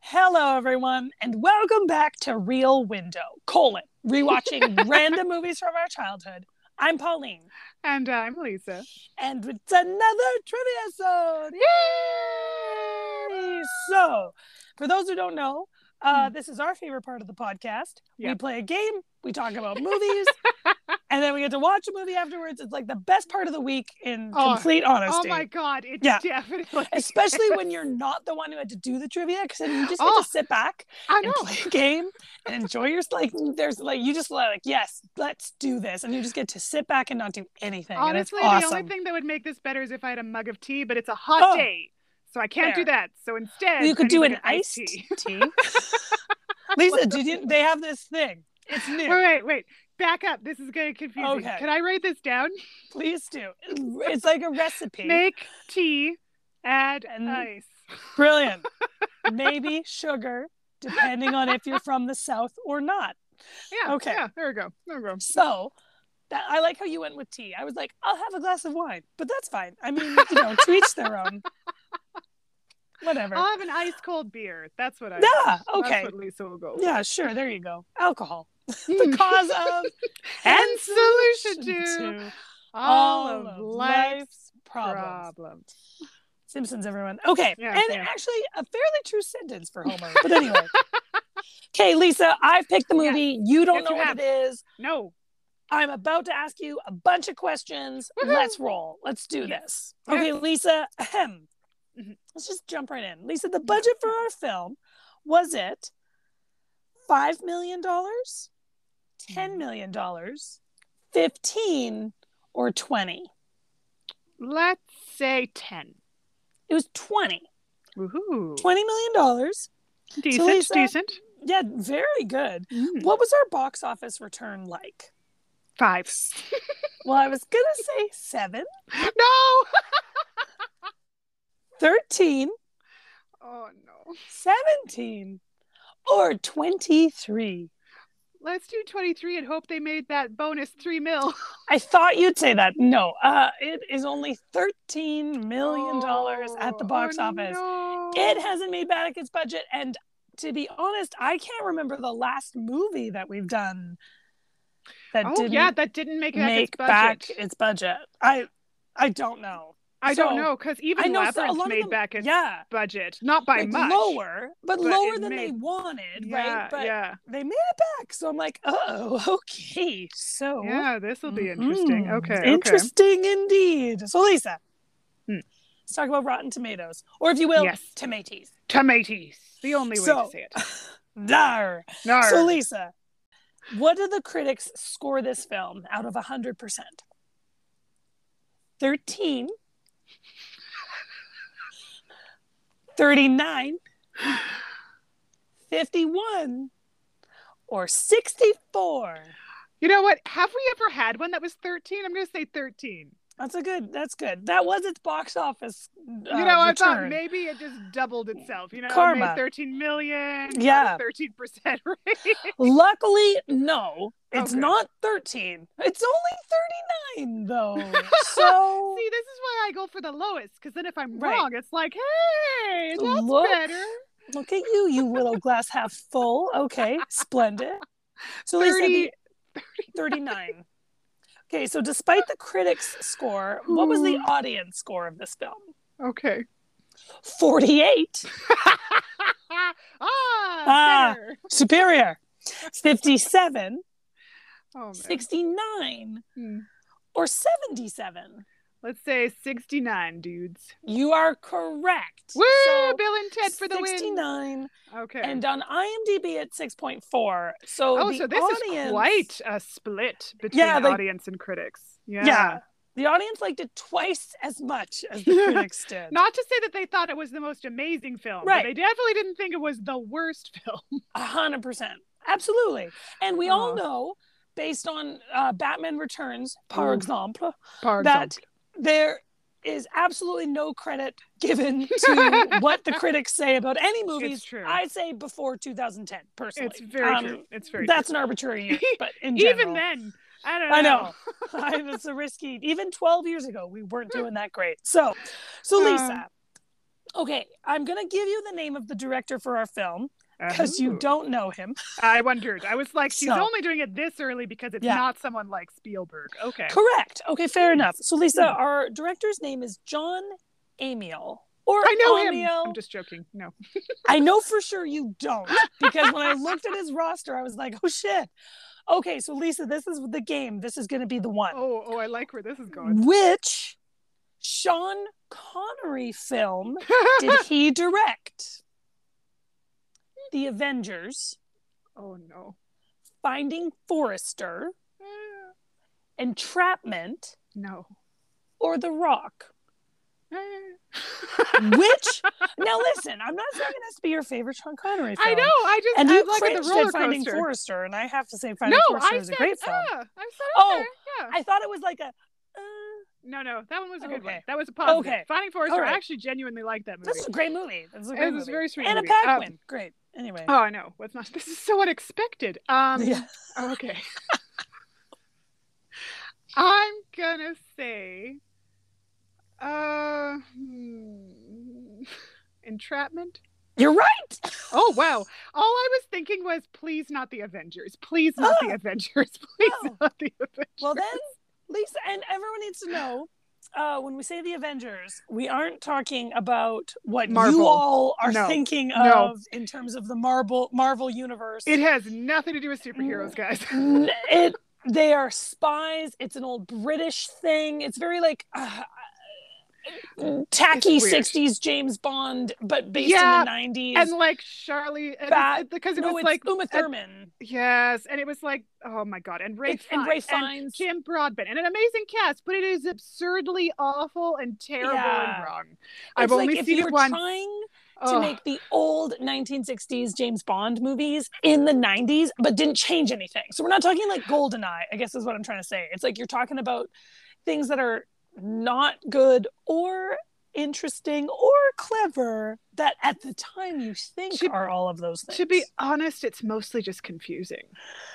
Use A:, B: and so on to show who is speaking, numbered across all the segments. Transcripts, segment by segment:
A: Hello, everyone, and welcome back to Real Window, colon, rewatching random movies from our childhood. I'm Pauline,
B: And uh, I'm Lisa.
A: and it's another trivia zone. Yay! So, for those who don't know, uh, this is our favorite part of the podcast. We
B: Hmm. Yep.
A: play a game, we talk about movies, and then we get to watch a movie afterwards. It's like the best part of the week in
B: Oh,
A: complete honesty.
B: Oh my god, it's
A: Yeah.
B: definitely
A: Especially when you're not the one who had to do the trivia, because then you just get
B: Oh.
A: to sit back
B: I
A: and
B: know.
A: play a game and enjoy your like there's like you just like yes let's do this and you just get to sit back and not do anything and it's
B: Honestly, the
A: awesome
B: only thing that would make this better is if I had a mug of tea, but it's a hot
A: Oh.
B: day. So I can't do that. So instead
A: you
B: I
A: could
B: need
A: do
B: to
A: an
B: get
A: iced tea, lisa did you they have this thing it's
B: Wait,
A: new
B: wait, wait. Back up. This is getting confusing.
A: Okay.
B: Can I write this down?
A: please do it's like a recipe
B: Make tea, add
A: And-
B: ice.
A: brilliant maybe sugar depending on if you're from the south or not
B: Yeah.
A: Okay.
B: Yeah, there we go. There we go.
A: so that i like how you went with tea i was like i'll have a glass of wine but that's fine i mean you know to each their own whatever
B: I'll have an ice cold beer. That's what I
A: yeah
B: That's
A: okay
B: what Lisa will go. with.
A: Yeah, sure. There you go. Alcohol. The cause of
B: Hmm. and solution to
A: to
B: all of life's
A: problems.
B: problems.
A: Simpsons, everyone. Okay.
B: Yeah,
A: and
B: yeah.
A: actually, a fairly true sentence for Homer. But anyway. okay, Lisa, I've picked the movie. You don't
B: Yes,
A: know
B: you
A: what
B: have.
A: it is.
B: No.
A: I'm about to ask you a bunch of questions.
B: Woohoo.
A: Let's roll. Let's do this.
B: Yes.
A: Okay, Lisa. Ahem.
B: Mhm.
A: Let's just jump right in. Lisa, the budget for our film was it five million dollars, ten million dollars, fifteen, or twenty?
B: Let's say 10.
A: It was twenty.
B: Woohoo.
A: Twenty million dollars.
B: Decent,
A: Lisa-
B: decent.
A: Yeah, very good.
B: Mm.
A: What was our box office return like?
B: Five.
A: Well, I was gonna say seven,
B: No.
A: 13,
B: Oh, no.
A: 17 or 23
B: Let's do 23 and hope they made that bonus three mil.
A: i thought you'd say that no uh it is only 13 million dollars at the
B: Oh,
A: box office
B: no.
A: it hasn't made back its budget and to be honest i can't remember the last movie that we've done that
B: Oh,
A: didn't
B: yeah, that didn't make, back
A: make
B: its
A: back
B: budget.
A: its budget i i don't know
B: I
A: so-
B: don't know, because
A: i
B: even
A: know so- a
B: Labyrinth
A: lot
B: made
A: of them,
B: back its
A: yeah
B: budget. Not by
A: like
B: much.
A: lower but,
B: but
A: lower
B: it
A: than they
B: made-
A: wanted
B: Yeah,
A: right but
B: yeah.
A: they made it back. So I'm like, oh, okay. So
B: Yeah, this will be interesting.
A: Mhm.
B: Okay. okay.
A: Interesting indeed. So Lisa.
B: Hmm.
A: Let's talk about Rotten Tomatoes. Or if you will,
B: Yes.
A: tomatoes.
B: Tomatoes. The only way
A: So-
B: to say it.
A: Dar.
B: No.
A: So Lisa, what do the critics score this film out of hundred percent? Thirteen. 39 51 or 64
B: You know what? Have we ever had one that was 13? I'm going to say 13.
A: That's a good. That's good. That was its box office. Uh,
B: you know, I thought
A: return.
B: maybe it just doubled itself. You know, it
A: Karma.
B: made 13 million. got a
A: Yeah.
B: 13% rate.
A: Luckily, no, it's
B: Okay.
A: not thirteen. It's only thirty-nine, though. So
B: See, this is why I go for the lowest because then if I'm
A: Right.
B: wrong, it's like, hey, that's
A: Look.
B: better.
A: look at you, you little glass half full. Okay, splendid. So Lisa,
B: 30,
A: the- thirty-nine. Okay, so despite the critics' score, what was the
B: Ooh.
A: audience score of this film?
B: okay.
A: Forty-eight.
B: ah,
A: Ah.
B: better.
A: Superior. Fifty-seven.
B: Oh, man.
A: Sixty-nine.
B: Hmm.
A: Or seventy-seven.
B: Let's say 69 dudes.
A: You are correct.
B: Woo,
A: So,
B: Bill and Ted for the
A: 69,
B: win. Okay.
A: and on IMDb it's 6.4. So
B: oh,
A: the
B: so this
A: audience,
B: is quite a split between
A: Yeah, like-
B: audience and critics.
A: Yeah. The audience liked it twice as much as the critics did.
B: Not to say that they thought it was the most amazing film,
A: Right.
B: but they definitely didn't think it was the worst film.
A: A 100%. Absolutely. And we all
B: Aw.
A: know, based on uh, Batman Returns, par
B: Ooh.
A: exemple,
B: Par
A: that there is absolutely no credit given to what the critics say about any movies.
B: It's true.
A: I'd say before 2010, personally.
B: it's very
A: Um,
B: true. It's very
A: That's an arbitrary year, but in
B: true.
A: general.
B: even then. I don't know.
A: I know. I was a risky. Even 12 years ago, we weren't doing that great. So,
B: Hmm.
A: so Lisa, okay, I'm going to give you the name of the director for our film, because
B: Ooh.
A: you don't know him.
B: I wondered. I was like, she's
A: So-
B: only doing it this early because it's
A: Yeah.
B: not someone like Spielberg. Okay.
A: Correct. Okay, fair enough. So, Lisa,
B: Hmm.
A: our director's name is John Amiel. Or
B: I know him.
A: Amiel.
B: I'm just joking. No.
A: I know for sure you don't because when I looked at his roster, I was like, oh shit. Okay, so Lisa, this is the game. This is going to be the one.
B: Oh, oh, I like where this is going.
A: Which Sean Connery film did he direct? The Avengers,
B: oh no.
A: Finding Forrester, Entrapment,
B: No.
A: or The Rock? Which now listen, I'm not saying it has to be your favorite Sean Connery film.
B: I know. I just
A: And
B: I
A: you
B: like with
A: cringed
B: the roller
A: at Finding
B: coaster.
A: Forrester, and I have to say
B: No,
A: Finding Forrester
B: I
A: is a
B: said,
A: great film.
B: ah, I said
A: Oh,
B: okay, yeah.
A: I thought it was like a. Uh,
B: No, no, that one was a good one.
A: Okay.
B: That was a positive.
A: Okay.
B: Finding Forrester,
A: Alright.
B: I actually genuinely liked that movie.
A: this is a great movie. This is a
B: It
A: great
B: was a
A: movie.
B: very sweet
A: Anna
B: movie. Um,
A: Paquin, great. Anyway,
B: Oh, I know. What's not? This is so unexpected. Um,
A: yeah.
B: oh, okay. I'm gonna say, uh, hmm, entrapment.
A: you're right.
B: Oh wow! All I was thinking was, please not the Avengers. Please not the Avengers. Please
A: Oh.
B: not the Avengers.
A: Well then, Lisa, and everyone needs to know. Uh, when we say the Avengers, we aren't talking about what you
B: Marvel.
A: all are
B: No.
A: thinking of
B: No.
A: in terms of the Marvel Marvel universe.
B: it has nothing to do with superheroes, guys.
A: N- it they are spies it's an old british thing it's very like uh, tacky
B: It's weird.
A: 60s james bond but based
B: Yeah,
A: in the 90s
B: and like Charlie, and
A: That-
B: it's- because it
A: no
B: was
A: it's
B: like
A: uma thurman
B: Yes, and it was like, oh my god, and Ray
A: It's- and Ray
B: and
A: Fiennes.
B: Jim Broadbent, and an amazing cast, but it is absurdly awful and terrible
A: Yeah.
B: and wrong.
A: it's
B: I've
A: like
B: only
A: if
B: seen oh,
A: you were
B: it once.
A: trying to
B: Ugh.
A: make the old 1960s james bond movies in the 90s but didn't change anything so we're not talking like goldeneye i guess is what i'm trying to say it's like you're talking about things that are not good or interesting or clever that at the time you think
B: To-
A: are all of those things
B: to be honest, it's mostly just confusing.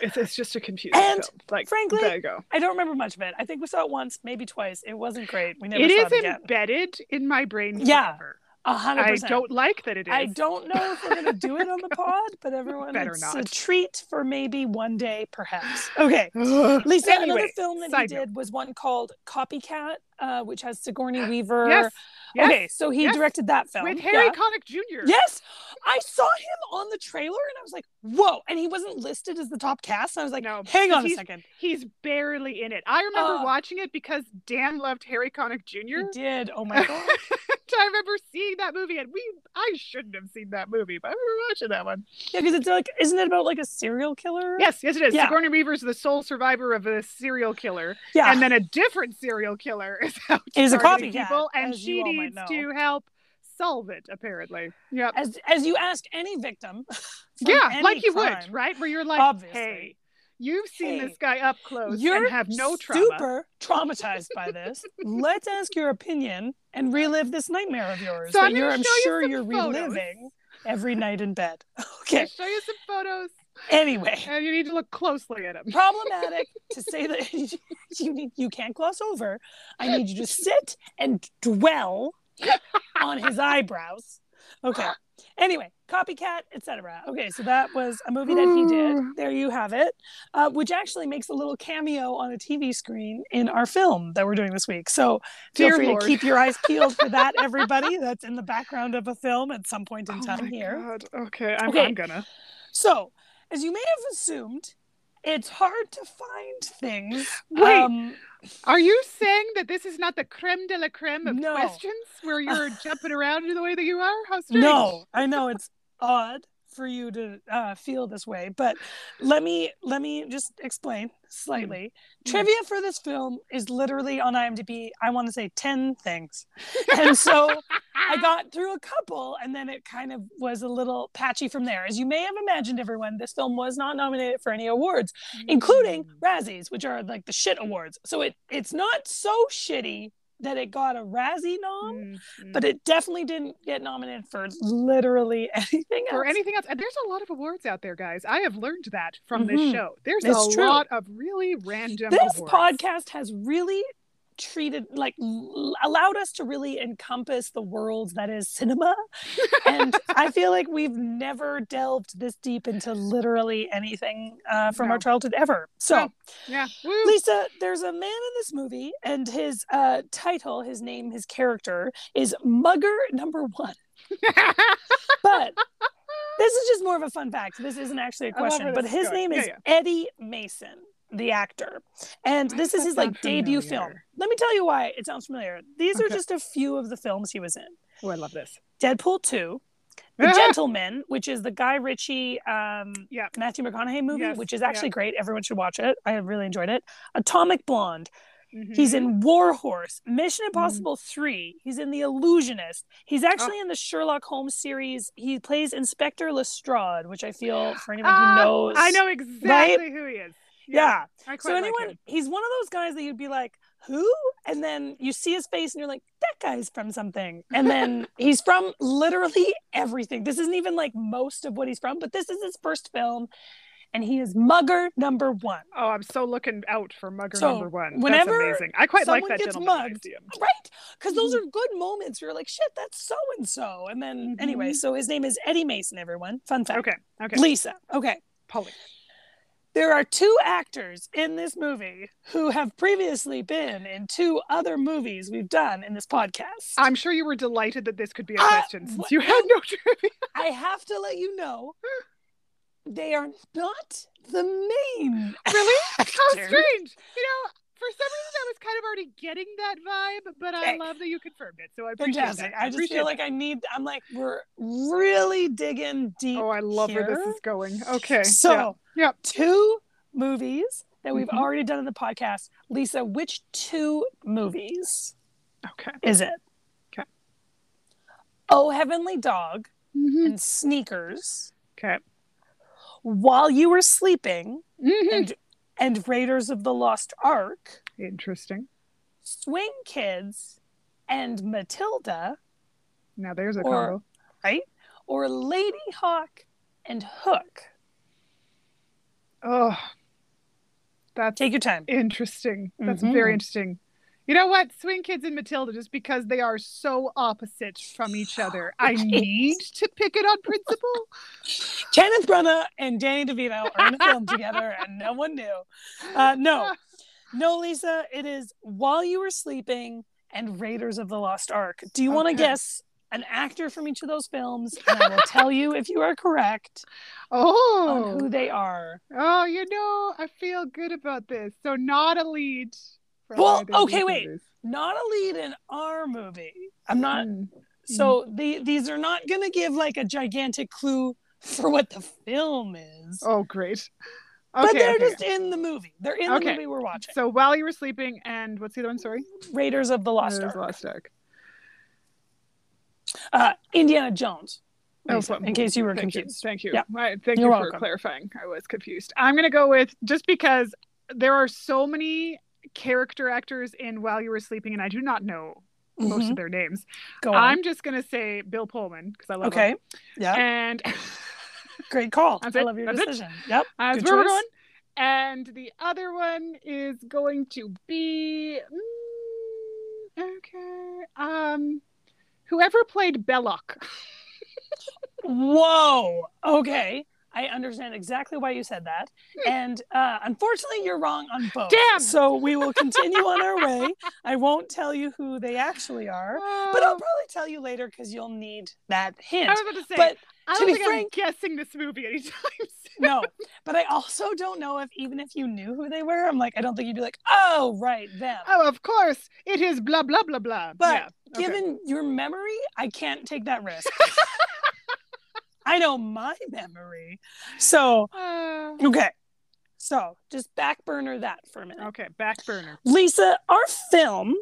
B: It's, it's just a confusing
A: And,
B: film. Like
A: frankly,
B: there you go.
A: i don't remember much of it i think we saw it once maybe twice it wasn't great we never
B: It
A: saw
B: is
A: it again
B: embedded in my brain.
A: Yeah,
B: forever.
A: a hundred
B: I
A: percent
B: don't like that it is.
A: I don't know if we're going to do it on the pod, but everyone,
B: Better
A: it's a
B: not.
A: treat for maybe one day, perhaps. Okay.
B: Ugh.
A: Lisa, another
B: Anyway,
A: film that he
B: side
A: did
B: note.
A: was one called Copycat, uh, which has Sigourney Weaver.
B: Yes. yes.
A: Okay, so he
B: yes.
A: directed that film.
B: With Harry
A: yeah.
B: Connick Jr.
A: Yes, I saw him on the trailer and I was like, whoa. And he wasn't listed as the top cast. I was like,
B: No,
A: hang on a
B: he's-
A: second.
B: He's barely in it. I remember
A: Ugh.
B: watching it because Dan loved Harry Connick Jr.
A: He did. Oh my God.
B: I remember seeing that movie, and we I shouldn't have seen that movie, but I remember watching that one.
A: yeah, because it's like, isn't it about like a serial killer?
B: Yes, yes, it is.
A: Yeah.
B: Sigourney Weaver is the sole survivor of a serial killer,
A: Yeah.
B: and then a different serial killer is out
A: Is a
B: targeting
A: copycat,
B: people, and
A: as
B: she
A: you all might
B: needs
A: know.
B: to help solve it. Apparently, yep.
A: As, as you ask any victim. from
B: yeah,
A: any
B: like you
A: crime,
B: would, right? Where you're like,
A: Obviously.
B: hey, you've seen
A: Hey,
B: this guy up close
A: You're
B: and have no trauma.
A: super traumatized by this. Let's ask your opinion and relive this nightmare of yours
B: So
A: that
B: I'm
A: you're,
B: gonna
A: I'm
B: show you
A: sure
B: some
A: you're
B: photos.
A: reliving every night in bed.
B: I'll
A: Okay.
B: show you some photos,
A: Anyway,
B: and Oh, you need to look closely at him.
A: problematic to say that you need, you can't gloss over. I need you to sit and dwell on his eyebrows. Okay. Anyway, copycat, etc. Okay, so that was a movie that he did. There you have it, uh, which actually makes a little cameo on a TV screen in our film that we're doing this week. So feel
B: Dear
A: free
B: Lord.
A: to keep your eyes peeled for that, everybody. That's in the background of a film at some point in
B: Oh
A: time
B: my
A: here.
B: God. Okay, I'm,
A: Okay.
B: I'm gonna.
A: So, as you may have assumed, it's hard to find things.
B: Wait.
A: Um,
B: Are you saying that this is not the creme de la creme of
A: No.
B: questions where you're jumping around in the way that you are? How strange.
A: no, I know it's odd for you to uh, feel this way, but let me let me just explain slightly.
B: Mm.
A: Trivia for this film is literally on IMDb. I want to say ten things, and so I got through a couple, and then it kind of was a little patchy from there. As you may have imagined, everyone, this film was not nominated for any awards. including
B: Mm. Mm-hmm.
A: Razzies, which are like the shit awards. So it it's not so shitty that it got a Razzie nom, um,
B: Mm-hmm. Mm.
A: but it definitely didn't get nominated for literally anything else.
B: or anything else. And there's a lot of awards out there, guys. I have learned that from
A: Mhm.
B: this show. There's
A: It's
B: a
A: true.
B: lot of really random
A: this
B: awards.
A: podcast has really treated like l- allowed us to really encompass the world that is cinema and i feel like we've never delved this deep into literally anything uh, from
B: No.
A: our childhood ever so
B: No. Yeah. Woo.
A: Lisa, there's a man in this movie, and his uh, title, his name, his character is Mugger Number One. But this is just more of a fun fact. This isn't actually a
B: I love
A: question,
B: where
A: but
B: this
A: his
B: is going.
A: name
B: Yeah,
A: is
B: yeah.
A: Eddie Mason, the actor, and
B: Why
A: this
B: does
A: is his
B: that
A: like
B: sound
A: debut film.
B: familiar?
A: Let me tell you why it sounds familiar. These are
B: Okay.
A: just a few of the films he was in:
B: oh, I love this.
A: Deadpool Two, The Gentleman, which is the Guy Ritchie, um,
B: Yeah.
A: Matthew McConaughey movie,
B: Yes,
A: which is
B: yeah.
A: actually great. Everyone should watch it. I really enjoyed it. Atomic Blonde.
B: Mhm.
A: He's in War Horse, Mission
B: Hmm.
A: Impossible 3. He's in The Illusionist.
B: Oh.
A: He's actually in the Sherlock Holmes series. He plays Inspector Lestrade, which I feel for anyone
B: Ah,
A: who knows.
B: I know exactly who he is.
A: Yeah.
B: I quite
A: So anyone,
B: Like him.
A: he's one of those guys that you'd be like, who? And then you see his face and you're like, that guy's from something. And then he's from literally everything. This isn't even like most of what he's from, but this is his first film. And he is mugger number one.
B: Oh, I'm so looking out for mugger
A: So,
B: number one.
A: whenever
B: That's amazing. I quite like
A: someone
B: that
A: gets
B: gentleman. when I
A: mugged,
B: see him.
A: right because those
B: Mm-hmm.
A: are good moments where you're like shit that's so and so and then anyway
B: Mhm.
A: so his name is eddie mason everyone fun fact
B: Okay. Okay.
A: lisa okay
B: Polly.
A: there are two actors in this movie who have previously been in two other movies we've done in this podcast
B: I'm sure you were delighted that this could be a
A: Uh,
B: question
A: what-
B: since you had no trivia.
A: i have to let you know they are not the main really
B: How strange. You know, for some reason I was kind of already getting that vibe, but I
A: Okay.
B: love that you confirmed it. So I appreciate
A: fantastic
B: that.
A: i just
B: appreciate
A: feel like
B: that.
A: i need i'm like we're really digging deep
B: Oh, I love where this
A: here.
B: is going. Okay.
A: So,
B: Yep.
A: two movies that we've
B: Mhm.
A: already done in the podcast. Lisa, which two movies
B: yeah. okay.
A: is it?
B: Okay.
A: Oh Heavenly Dog
B: Mhm.
A: and Sneakers,
B: Okay.
A: While You Were Sleeping,
B: Mhm.
A: and, and Raiders of the Lost Ark,
B: Interesting.
A: Swing Kids, and Matilda,
B: Now there's a
A: Or-
B: combo.
A: or Lady Hawk and Hook.
B: Oh, that's
A: Take your time.
B: interesting. That's
A: Mhm.
B: very interesting. You know what? Swing Kids and Matilda, just because they are so opposite from each other, I need to pick it on principle.
A: Kenneth Branagh and Danny DeVito are in a film together, and no one knew. Uh, no, no, Lisa, it is While You Were Sleeping and Raiders of the Lost Ark. Do you want to
B: Okay.
A: guess an actor from each of those films? And I will tell you if you are correct on who
B: Oh,
A: they are.
B: oh, you know, I feel good about this. So not a lead. for
A: Well,
B: either of
A: okay,
B: these
A: wait.
B: movies.
A: Not a lead in our movie. I'm not.
B: Hmm.
A: So the, these are not going to give like a gigantic clue for what the film is.
B: Oh, great. Okay,
A: but they're
B: okay.
A: just in the movie. They're in the
B: Okay.
A: movie we're watching.
B: So while you were sleeping, and what's the other one? Sorry,
A: Raiders of the Lost
B: It was
A: Ark.
B: Lost Ark.
A: Uh, Indiana Jones.
B: That was
A: Lisa,
B: what
A: in case Oh, you were
B: Thank you.
A: confused.
B: Thank you.
A: Yeah.
B: Right, Thank
A: You're
B: you for
A: welcome.
B: clarifying. I was confused. I'm going to go with just because there are so many character actors in While You Were Sleeping, and I do not know most
A: Mhm.
B: of their names.
A: Go on.
B: I'm just going to say Bill Pullman because I love
A: Okay.
B: him.
A: Yeah.
B: And
A: Great call.
B: That's
A: I
B: it.
A: love your
B: That's it.
A: decision. Yep.
B: uh,
A: Good
B: that's where we're
A: choice.
B: going. And the other one is going to be mm, okay. Um, whoever played Belloc.
A: Whoa. Okay. I understand exactly why you said that. And uh, unfortunately, you're wrong on both.
B: Hmm. Damn.
A: So we will continue on our way. I won't tell you who they actually are, but I'll
B: Oh,
A: probably tell you later because you'll need that hint.
B: I was about to say,
A: But
B: I
A: to
B: don't
A: be
B: think
A: frank-
B: I'm guessing this movie anytime soon.
A: no, but I also don't know if even if you knew who they were, I'm like, I don't think you'd be like, oh, right, them.
B: Oh, of course. It is blah blah blah blah.
A: But
B: Yeah, okay.
A: Given your memory, I can't take that risk. I know my memory. So
B: Uh,
A: Okay. So just back burner that for a minute.
B: okay, back burner.
A: Lisa, our film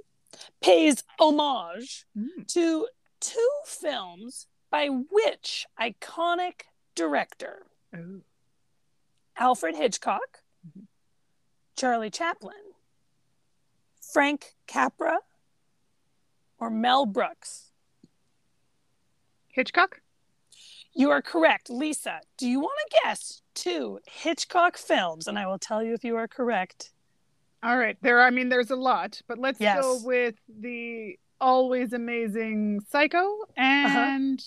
A: pays homage
B: Hmm,
A: to two films by which iconic director?
B: Oh.
A: Alfred Hitchcock,
B: Mhm.
A: Charlie Chaplin, Frank Capra, or Mel Brooks?
B: Hitchcock.
A: You are correct. Lisa, do you want to guess two Hitchcock films? And I will tell you if you are correct
B: All right. There, I mean, there's a lot, but let's go
A: Yes.
B: with the always amazing Psycho
A: Uh-huh.
B: and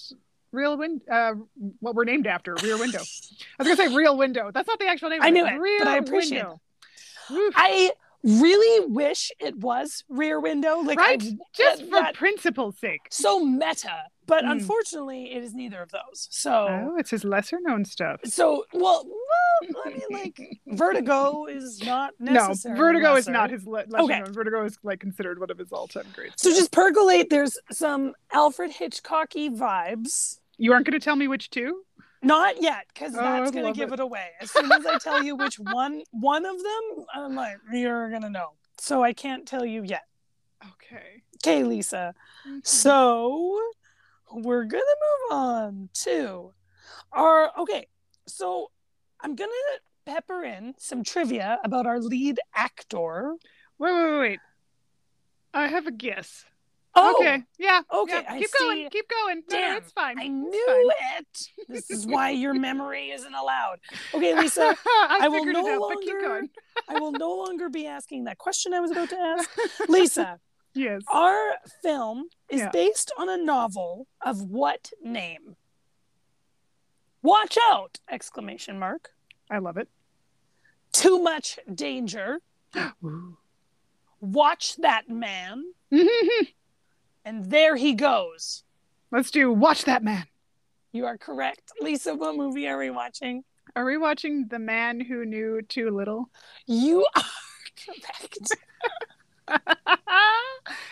B: Real Window. Uh, what we're named after, Rear Window. I was gonna say Real Window. That's not the actual name.
A: I
B: of
A: knew it, but
B: Rear
A: I appreciate
B: Window. Woof.
A: I really wish it was Rear Window. Like, I-
B: right? Just
A: that-
B: for
A: that-
B: principle's sake.
A: so meta, but
B: Mm.
A: unfortunately, it is neither of those. So,
B: Oh, it's his lesser known stuff.
A: so well, well, I mean, like, Vertigo is not
B: No,
A: necessary.
B: Vertigo is not his le- lesser
A: Okay.
B: known. Vertigo is like considered one of his all-time greats.
A: So just percolate. There's some Alfred Hitchcocky vibes.
B: you aren't going to tell me which two?
A: Not yet, because
B: Oh,
A: that's
B: I
A: gonna
B: love
A: give
B: it.
A: it. away. As soon as I tell you which one one of them, I'm like, you're gonna know. So I can't tell you yet.
B: Okay.
A: Okay, Lisa. So we're gonna move on to our okay. So I'm gonna pepper in some trivia about our lead actor.
B: Wait, wait, wait, wait. I have a guess.
A: Oh,
B: okay. Yeah.
A: Okay,
B: yeah.
A: I
B: Keep going.
A: see.
B: Keep going. No, no,
A: Damn,
B: it's fine.
A: I
B: It's
A: knew it. This is why your memory isn't allowed. Okay,
B: fine.
A: Lisa.
B: I,
A: I will
B: figured
A: no
B: it out, but keep
A: longer-
B: going.
A: I will no longer be asking that question I was about to ask. Lisa,
B: Yes.
A: our film is
B: Yeah.
A: based on a novel of what name? Watch out! Exclamation mark.
B: I love it.
A: Too much danger. Watch that man. And there he goes.
B: Let's do Watch That Man.
A: You are correct. Lisa, what movie are we watching?
B: Are we watching The Man Who Knew Too Little?
A: You are correct.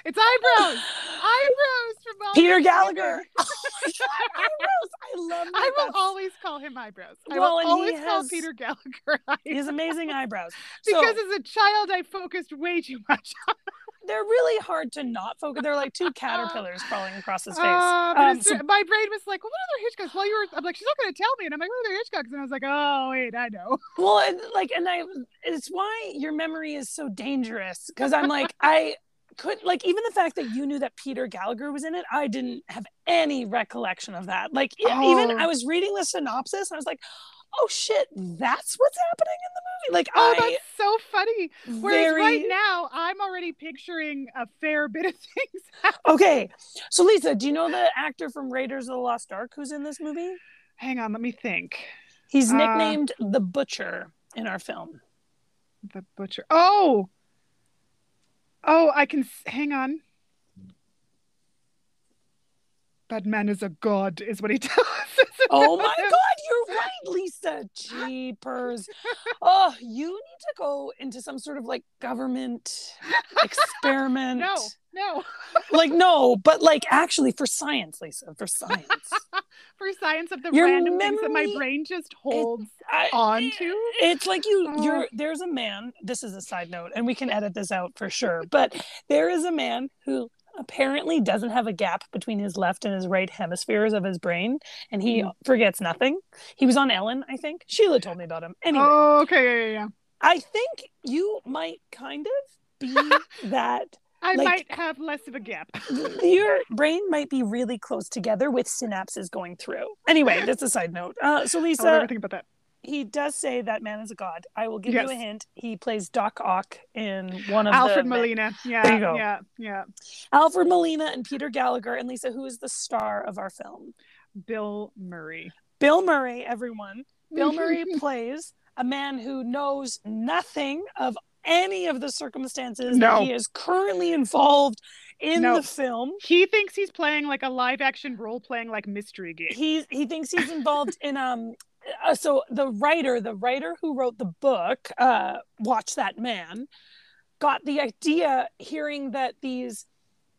B: it's eyebrows. eyebrows from all
A: Peter
B: these
A: Gallagher.
B: women.
A: Oh my God, eyebrows. I love
B: I will
A: that.
B: always call him eyebrows. I
A: Well,
B: will
A: and he
B: always call
A: has-
B: Peter Gallagher
A: He
B: eyebrows.
A: has amazing eyebrows. So-
B: Because as a child, I focused way too much
A: they're really hard to not focus. They're like two caterpillars crawling across his face.
B: Uh, but
A: Um,
B: it's-
A: so-
B: my brain was like, "What other Hitchcocks?" Well, you were. I'm like, "She's not going to tell me," and I'm like, "What other Hitchcocks?" And I was like, "Oh, wait, I know."
A: well, and, like, and I, it's why your memory is so dangerous because I'm like, I couldn't, like, even the fact that you knew that Peter Gallagher was in it, I didn't have any recollection of that. Like, e- even
B: Oh.
A: I was reading the synopsis and I was like, oh shit, that's what's happening in the movie. Like,
B: Oh,
A: I
B: that's so funny. Whereas
A: very
B: right now, I'm already picturing a fair bit of things.
A: okay. So, Lisa, do you know the actor from Raiders of the Lost Ark who's in this movie?
B: Hang on, let me think.
A: He's
B: Uh,
A: nicknamed the Butcher in our film.
B: The butcher. Oh, oh, I can. s- Hang on. That man is a god, is what he tells us.
A: Oh my God, you're right, Lisa. Jeepers. Oh, you need to go into some sort of like government experiment.
B: No, no.
A: Like, no, but like actually for science, Lisa, for science.
B: For science of the
A: Your
B: random things that my
A: memory-
B: brain just holds
A: I- eh,
B: on to.
A: It's like you,
B: Oh.
A: you're, there's a man, this is a side note, and we can edit this out for sure, but there is a man who apparently doesn't have a gap between his left and his right hemispheres of his brain, and he
B: Mm.
A: forgets nothing. He was on Ellen, I think. Sheila told me about him. Anyway.
B: Oh, okay, yeah, yeah, yeah.
A: I think you might kind of be that
B: I
A: Like-
B: might have less of a gap.
A: your brain might be really close together with synapses going through. Anyway, that's a side note. Uh, so
B: I'll never
A: Lisa,
B: think about that.
A: he does say that man is a god. I will give you a
B: Yes.
A: hint. He plays Doc Ock in one of
B: Alfred
A: um, the
B: Molina. Yeah,
A: There you go.
B: yeah, yeah.
A: Alfred Molina and Peter Gallagher and Lisa, who is the star of our film?
B: Bill Murray.
A: Bill Murray, everyone. Bill Murray plays a man who knows nothing of any of the circumstances
B: No.
A: that he is currently involved in
B: No.
A: the film.
B: he thinks he's playing like a live action role playing like mystery game.
A: He he thinks he's involved in um uh, so the writer, the writer who wrote the book, uh Watch That Man, got the idea hearing that these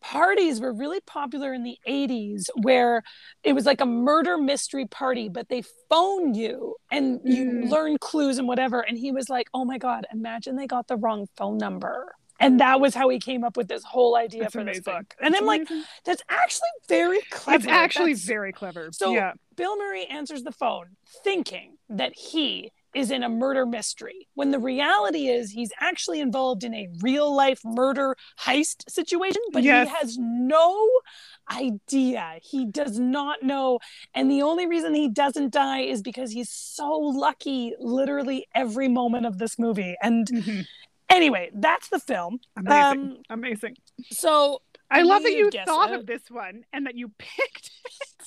A: parties were really popular in the 80s where it was like a murder mystery party but they phone you and you
B: Mm.
A: learn clues and whatever and he was like oh my god imagine they got the wrong phone number and that was how he came up with this whole idea
B: That's
A: for
B: amazing.
A: this book and
B: It's
A: i'm like
B: amazing.
A: that's actually very clever
B: it's actually
A: That's-
B: very clever.
A: So-
B: yeah.
A: bill murray answers the phone thinking that he is in a murder mystery when the reality is he's actually involved in a real life murder heist situation but
B: Yes.
A: he has no idea he does not know and the only reason he doesn't die is because he's so lucky literally every moment of this movie and
B: Mhm.
A: Anyway, that's the film.
B: Amazing.
A: Um,
B: Amazing.
A: so
B: I love that
A: you
B: you
A: guess
B: thought
A: it.
B: of this one and that you picked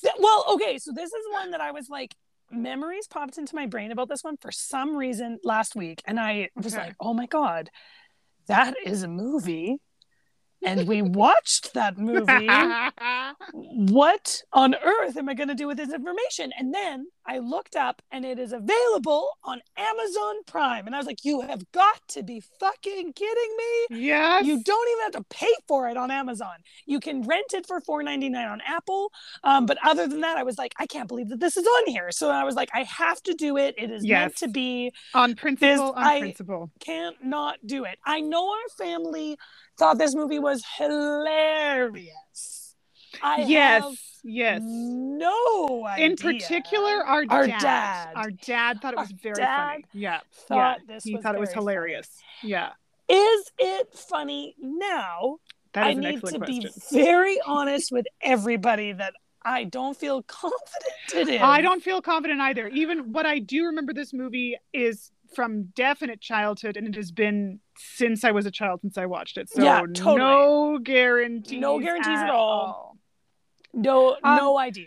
A: Th- well okay so this is one that i was like memories popped into my brain about this one for some reason last week and i was
B: Okay.
A: like oh my god that is a movie and we watched that movie
B: it.
A: what on earth am i going to do with this information and then i looked up and it is available on amazon prime and i was like you have got to be fucking kidding me
B: yes.
A: you don't even have to pay for it on Amazon. You can rent it for $4.99 on Apple. Um, but other than that, I was like, I can't believe that this is on here. So I was like, I have to do it. It is meant
B: Yes.
A: to be.
B: on principle, on
A: I-
B: principle.
A: Can't not do it. I know our family thought this movie was hilarious. I
B: yes.
A: have
B: yes.
A: no idea.
B: In particular, our,
A: Our
B: dad,
A: dad.
B: Our dad thought it
A: Our
B: was very
A: dad
B: funny. Yeah.
A: thought this
B: He
A: was
B: thought it was
A: very funny.
B: hilarious. Yeah.
A: Is it funny now?
B: That is
A: I
B: an
A: need
B: excellent
A: to
B: question.
A: be very honest with everybody that I don't feel confident it is.
B: I don't feel confident either. Even what I do remember this movie is from definite childhood, and it has been since I was a child since I watched it. So
A: Yeah, totally.
B: no guarantees.
A: No guarantees at all. No,
B: Um,
A: no idea.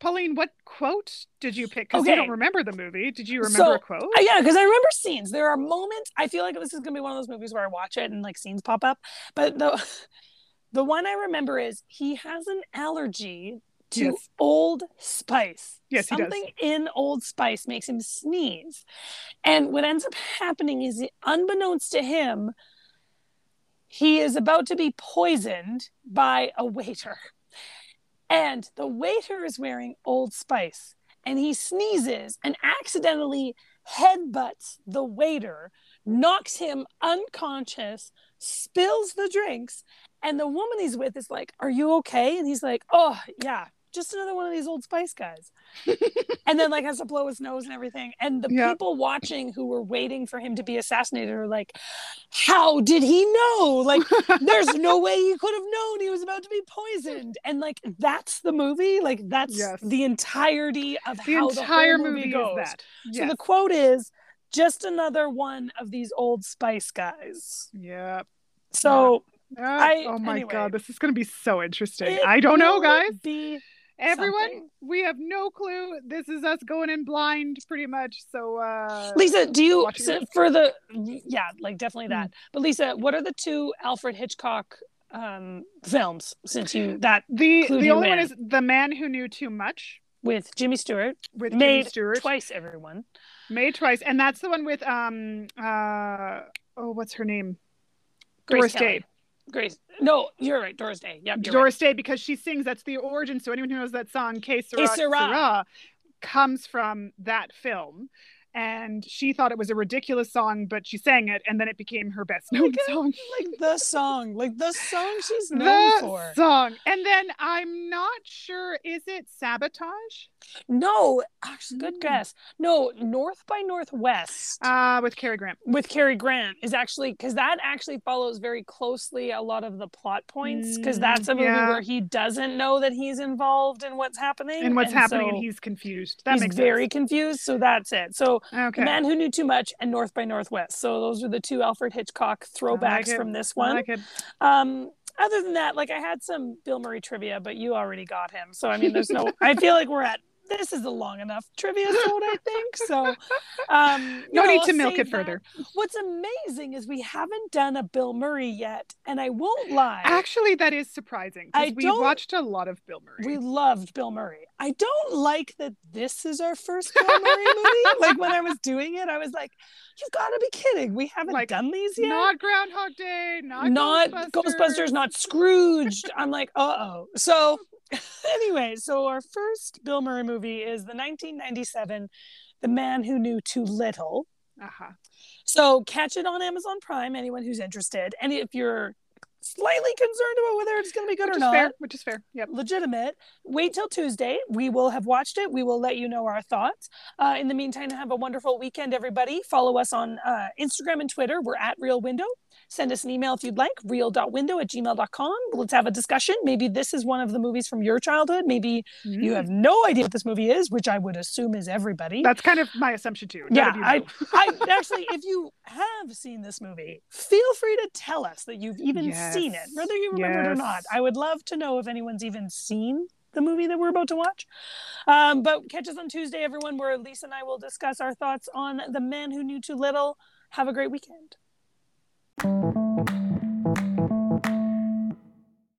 B: Pauline, what quote did you pick? Because you
A: Okay.
B: don't remember the movie. Did you remember
A: So,
B: a quote?
A: Uh, yeah, because I remember scenes. There are moments. I feel like this is gonna be one of those movies where I watch it and like scenes pop up. But the the one I remember is he has an allergy to
B: Yes.
A: Old Spice.
B: Yes, he does.
A: something in Old Spice makes him sneeze, and what ends up happening is, unbeknownst to him, he is about to be poisoned by a waiter. And the waiter is wearing Old Spice and he sneezes and accidentally headbutts the waiter, knocks him unconscious, spills the drinks. And the woman he's with is like, Are you okay? And he's like, Oh, yeah, just another one of these Old Spice guys. and then, like, has to blow his nose and everything. And the
B: Yeah.
A: people watching who were waiting for him to be assassinated are like, How did he know? Like, there's no way he could have known he was about to be poisoned and like that's the movie like that's
B: Yes.
A: the entirety of
B: the
A: how
B: entire
A: the whole
B: movie,
A: movie goes
B: is that.
A: so
B: Yes.
A: the quote is just another one of these old spice guys
B: yeah.
A: so
B: Ah,
A: I-
B: oh my
A: anyway.
B: god, this is going to be so interesting.
A: it
B: I don't know,
A: will
B: guys.
A: be
B: Everyone,
A: something.
B: we have no clue. This is us going in blind, pretty much. So, uh,
A: lisa do you
B: watching
A: so
B: this.
A: for the yeah like definitely that
B: Mm.
A: but lisa what are the two alfred hitchcock um films since you that
B: the
A: clued
B: the
A: you
B: only one
A: in.
B: is the man who knew too much
A: with jimmy stewart
B: with Jimmy
A: Made
B: Stewart
A: twice everyone
B: made twice, and that's the one with um uh oh what's her name Doris
A: Kelly.
B: Day
A: Grace. No, you're right. Doris Day. Yep. You're
B: Doris Day because she sings that's the origin. So anyone who knows that song Que Sera,
A: Que Sera.
B: Sera, comes from that film. And she thought it was a ridiculous song, but she sang it, and then it became her best
A: Oh my
B: known
A: God.
B: song.
A: right. Like the song, like the song she's known
B: the
A: for.
B: song. And then I'm not sure, is it sabotage?
A: No, actually, good
B: Mm.
A: guess. No, North by Northwest
B: Uh with Cary Grant.
A: with Cary Grant is actually because that actually follows very closely a lot of the plot points because
B: Mm,
A: that's a movie
B: yeah.
A: where he doesn't know that he's involved in what's happening
B: And what's happening,
A: so
B: and he's confused. That
A: he's
B: makes
A: very confused. So that's it. So
B: sense.
A: The
B: Okay.
A: Man Who Knew Too Much and North by Northwest. So those are the two Alfred Hitchcock throwbacks
B: it.
A: from this
B: I
A: one.
B: like it.
A: Um, other than that, like I had some Bill Murray trivia, but you already got him. So I mean, there's no. I feel like we're at this is a long enough trivia episode, I think. So um,
B: No
A: you know,
B: need
A: I'll
B: to milk
A: save
B: it further.
A: that. What's amazing is we haven't done a Bill Murray yet, and I won't lie.
B: Actually, that is surprising. 'cause
A: I
B: we
A: don't-
B: watched a lot of Bill Murray.
A: we loved Bill Murray. I don't like that this is our first Bill Murray movie. Like when I was doing it, I was like, "You've got to be kidding! We haven't
B: Like,
A: done these yet."
B: Not Groundhog Day, not,
A: not
B: Ghostbusters.
A: Ghostbusters, not Scrooged. I'm like, uh oh. So, anyway, so our first Bill Murray movie is the 1997 The Man Who Knew Too Little.
B: Uh-huh.
A: So, catch it on Amazon Prime, anyone who's interested. And if you're slightly concerned about whether it's going to be good
B: which
A: or
B: is
A: not.
B: fair. Which is fair. Yep.
A: Legitimate. Wait till Tuesday. We will have watched it. We will let you know our thoughts. Uh, in the meantime, have a wonderful weekend, everybody. Follow us on uh, Instagram and Twitter. We're at Real Window. Send us an email if you'd like, real.window at gmail.com. Let's have a discussion. Maybe this is one of the movies from your childhood. Maybe you
B: Mm.
A: have no idea what this movie is, which I would assume is everybody.
B: That's kind of my assumption too. None
A: Yeah,
B: of you
A: I-
B: know.
A: I actually, if you have seen this movie, feel free to tell us that you've even
B: Yes.
A: seen it, whether you remember it or not.
B: Yes.
A: I would love to know if anyone's even seen the movie that we're about to watch. Um, but catch us on Tuesday, everyone, where Lisa and I will discuss our thoughts on The Man Who Knew Too Little. Have a great weekend.